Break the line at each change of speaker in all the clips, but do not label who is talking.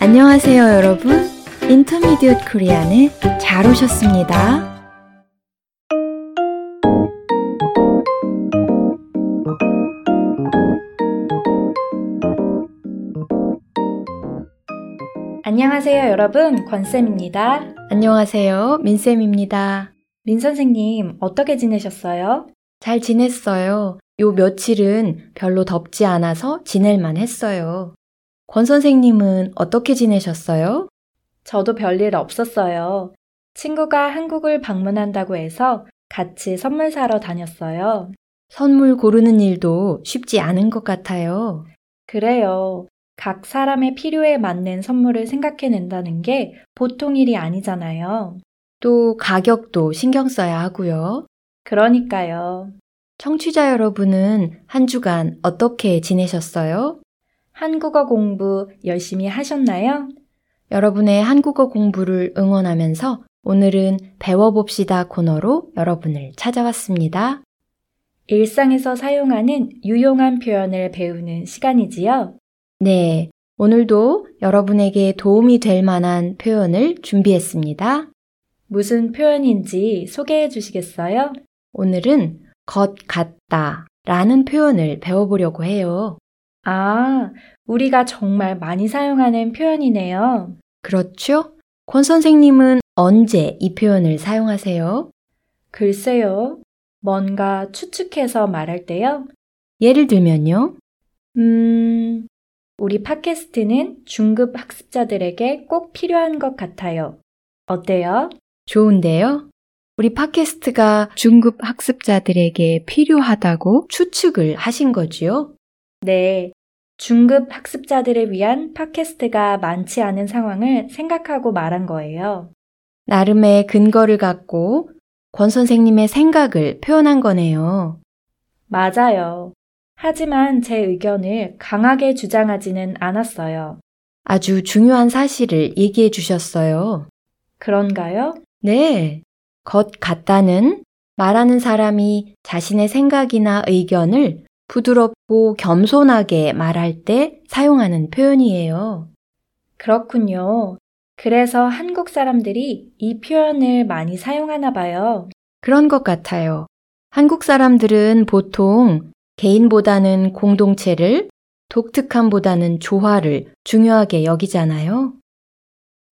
안녕하세요, 여러분. 인터미디엇 코리안에 잘 오셨습니다.
안녕하세요, 여러분. 권쌤입니다.
안녕하세요, 민쌤입니다.
민 선생님, 어떻게 지내셨어요?
잘 지냈어요. 요 며칠은 별로 덥지 않아서 지낼만 했어요. 권 선생님은 어떻게 지내셨어요?
저도 별일 없었어요. 친구가 한국을 방문한다고 해서 같이 선물 사러 다녔어요.
선물 고르는 일도 쉽지 않은 것 같아요.
그래요. 각 사람의 필요에 맞는 선물을 생각해낸다는 게 보통 일이 아니잖아요.
또 가격도 신경 써야 하고요.
그러니까요.
청취자 여러분은 한 주간 어떻게 지내셨어요?
한국어 공부 열심히 하셨나요?
여러분의 한국어 공부를 응원하면서 오늘은 배워봅시다 코너로 여러분을 찾아왔습니다.
일상에서 사용하는 유용한 표현을 배우는 시간이지요.
네. 오늘도 여러분에게 도움이 될 만한 표현을 준비했습니다.
무슨 표현인지 소개해 주시겠어요?
오늘은 것 같다 라는 표현을 배워보려고 해요.
아, 우리가 정말 많이 사용하는 표현이네요.
그렇죠? 권 선생님은 언제 이 표현을 사용하세요?
글쎄요. 뭔가 추측해서 말할 때요.
예를 들면요.
음, 우리 팟캐스트는 중급 학습자들에게 꼭 필요한 것 같아요. 어때요?
좋은데요? 우리 팟캐스트가 중급 학습자들에게 필요하다고 추측을 하신 거지요?
네. 중급 학습자들을 위한 팟캐스트가 많지 않은 상황을 생각하고 말한 거예요.
나름의 근거를 갖고 권 선생님의 생각을 표현한 거네요.
맞아요. 하지만 제 의견을 강하게 주장하지는 않았어요.
아주 중요한 사실을 얘기해 주셨어요.
그런가요?
네. 것 같다는 말하는 사람이 자신의 생각이나 의견을 부드럽고 겸손하게 말할 때 사용하는 표현이에요.
그렇군요. 그래서 한국 사람들이 이 표현을 많이 사용하나 봐요.
그런 것 같아요. 한국 사람들은 보통 개인보다는 공동체를, 독특함보다는 조화를 중요하게 여기잖아요.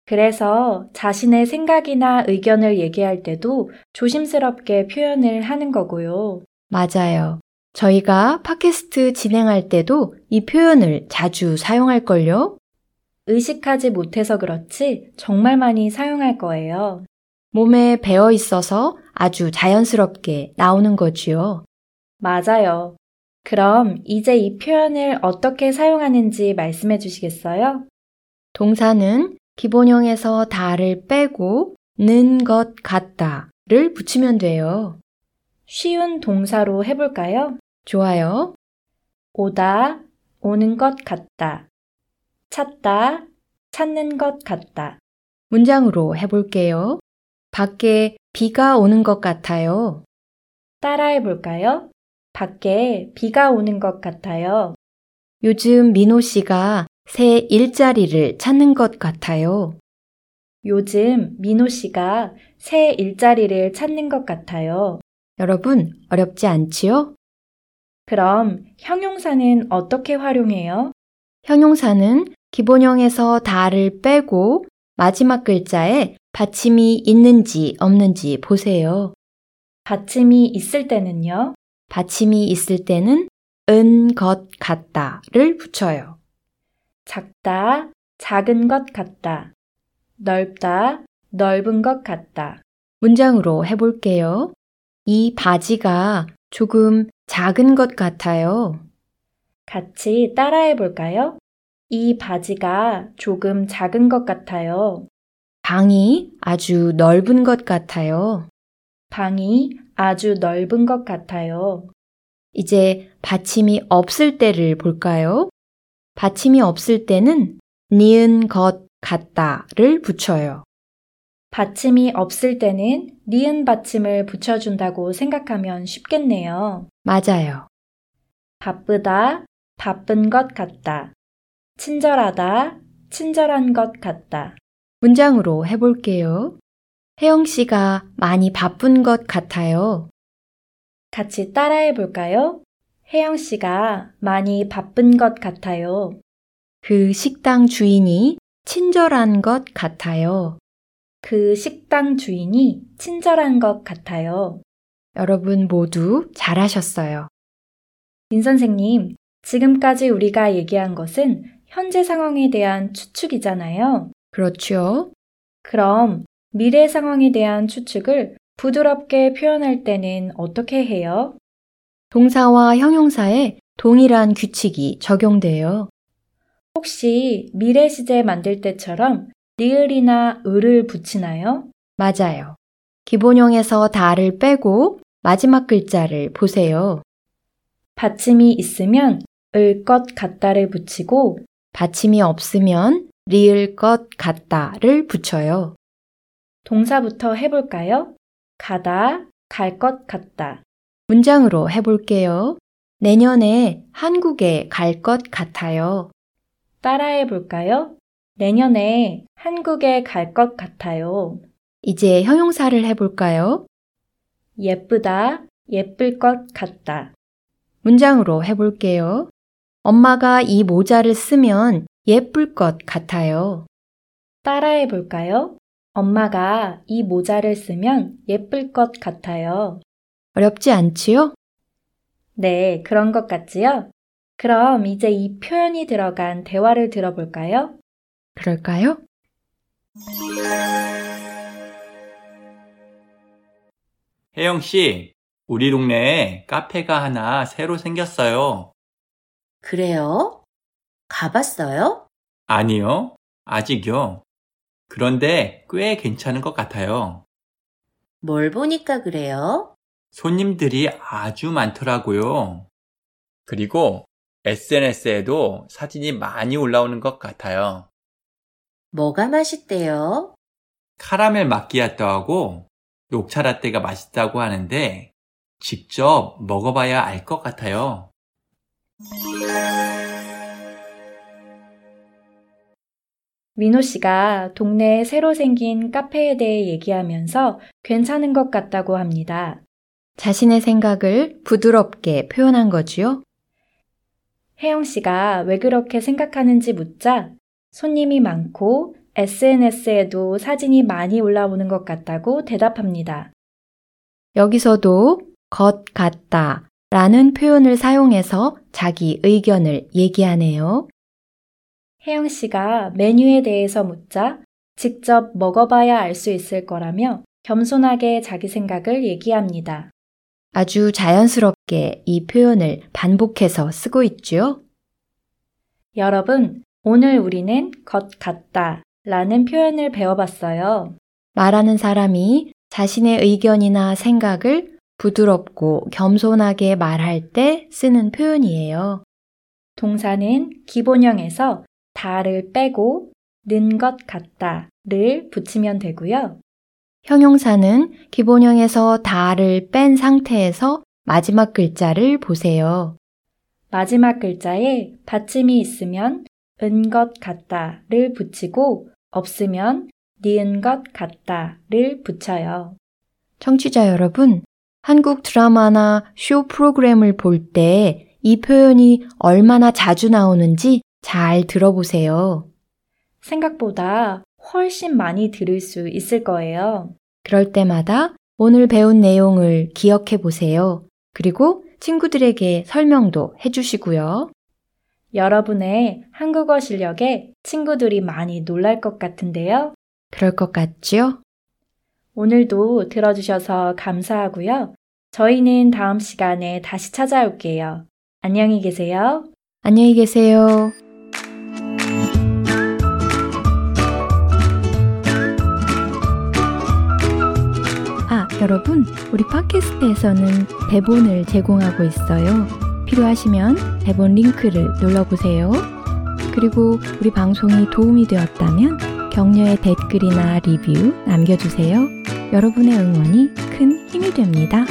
그래서 자신의 생각이나 의견을 얘기할 때도 조심스럽게 표현을 하는 거고요.
맞아요. 저희가 팟캐스트 진행할 때도 이 표현을 자주 사용할걸요?
의식하지 못해서 그렇지 정말 많이 사용할 거예요.
몸에 배어 있어서 아주 자연스럽게 나오는 거지요.
맞아요. 그럼 이제 이 표현을 어떻게 사용하는지 말씀해 주시겠어요?
동사는 기본형에서 다를 빼고 는 것 같다를 붙이면 돼요.
쉬운 동사로 해볼까요?
좋아요.
오다, 오는 것 같다. 찾다, 찾는 것 같다.
문장으로 해볼게요. 밖에 비가 오는 것 같아요.
따라해 볼까요? 밖에 비가 오는 것 같아요.
요즘 민호 씨가 새 일자리를 찾는 것 같아요.
요즘 민호 씨가 새 일자리를 찾는 것 같아요.
여러분, 어렵지 않지요?
그럼 형용사는 어떻게 활용해요?
형용사는 기본형에서 다를 빼고 마지막 글자에 받침이 있는지 없는지 보세요.
받침이 있을 때는요.
받침이 있을 때는 은 것 같다를 붙여요.
작다, 작은 것 같다. 넓다, 넓은 것 같다.
문장으로 해볼게요. 이 바지가 조금 작은 것 같아요.
같이 따라해 볼까요? 이 바지가 조금 작은 것 같아요.
방이 아주 넓은 것 같아요.
방이 아주 넓은 것 같아요.
이제 받침이 없을 때를 볼까요? 받침이 없을 때는 니은 것 같다를 붙여요.
받침이 없을 때는 니은 받침을 붙여준다고 생각하면 쉽겠네요.
맞아요.
바쁘다, 바쁜 것 같다. 친절하다, 친절한 것 같다.
문장으로 해볼게요. 혜영 씨가 많이 바쁜 것 같아요.
같이 따라해 볼까요? 혜영 씨가 많이 바쁜 것 같아요.
그 식당 주인이 친절한 것 같아요.
그 식당 주인이 친절한 것 같아요.
여러분 모두 잘하셨어요.
민 선생님, 지금까지 우리가 얘기한 것은 현재 상황에 대한 추측이잖아요.
그렇죠?
그럼 미래 상황에 대한 추측을 부드럽게 표현할 때는 어떻게 해요?
동사와 형용사에 동일한 규칙이 적용돼요.
혹시 미래 시제 만들 때처럼 니을이나 을을 붙이나요?
맞아요. 기본형에서 다를 빼고 마지막 글자를 보세요.
받침이 있으면 을 것 같다를 붙이고
받침이 없으면 리을 것 같다를 붙여요.
동사부터 해볼까요? 가다, 갈 것 같다.
문장으로 해볼게요. 내년에 한국에 갈 것 같아요.
따라해볼까요? 내년에 한국에 갈 것 같아요.
이제 형용사를 해볼까요?
예쁘다, 예쁠 것 같다.
문장으로 해볼게요. 엄마가 이 모자를 쓰면 예쁠 것 같아요.
따라해볼까요? 엄마가 이 모자를 쓰면 예쁠 것 같아요.
어렵지 않지요?
네, 그런 것 같지요? 그럼 이제 이 표현이 들어간 대화를 들어볼까요?
그럴까요?
혜영 씨, 우리 동네에 카페가 하나 새로 생겼어요.
그래요? 가봤어요?
아니요, 아직요. 그런데 꽤 괜찮은 것 같아요.
뭘 보니까 그래요?
손님들이 아주 많더라고요. 그리고 SNS에도 사진이 많이 올라오는 것 같아요.
뭐가 맛있대요?
카라멜 마키아토하고 녹차 라떼가 맛있다고 하는데 직접 먹어봐야 알 것 같아요.
민호 씨가 동네에 새로 생긴 카페에 대해 얘기하면서 괜찮은 것 같다고 합니다.
자신의 생각을 부드럽게 표현한 거지요?
혜영 씨가 왜 그렇게 생각하는지 묻자 손님이 많고 SNS에도 사진이 많이 올라오는 것 같다고 대답합니다.
여기서도 것 같다 라는 표현을 사용해서 자기 의견을 얘기하네요.
혜영 씨가 메뉴에 대해서 묻자 직접 먹어봐야 알 수 있을 거라며 겸손하게 자기 생각을 얘기합니다.
아주 자연스럽게 이 표현을 반복해서 쓰고 있지요?
여러분, 오늘 우리는 것 같다 라는 표현을 배워봤어요.
말하는 사람이 자신의 의견이나 생각을 부드럽고 겸손하게 말할 때 쓰는 표현이에요.
동사는 기본형에서 다를 빼고 는 것 같다를 붙이면 되고요.
형용사는 기본형에서 다를 뺀 상태에서 마지막 글자를 보세요.
마지막 글자에 받침이 있으면 은 것 같다를 붙이고 없으면 니은 것 같다를 붙여요.
청취자 여러분, 한국 드라마나 쇼 프로그램을 볼 때 이 표현이 얼마나 자주 나오는지 잘 들어보세요.
생각보다 훨씬 많이 들을 수 있을 거예요.
그럴 때마다 오늘 배운 내용을 기억해 보세요. 그리고 친구들에게 설명도 해주시고요.
여러분의 한국어 실력에 친구들이 많이 놀랄 것 같은데요.
그럴 것 같지요?
오늘도 들어주셔서 감사하고요. 저희는 다음 시간에 다시 찾아올게요. 안녕히 계세요.
안녕히 계세요. 아, 여러분, 우리 팟캐스트에서는 대본을 제공하고 있어요. 필요하시면 대본 링크를 눌러보세요. 그리고 우리 방송이 도움이 되었다면 격려의 댓글이나 리뷰 남겨주세요. 여러분의 응원이 큰 힘이 됩니다.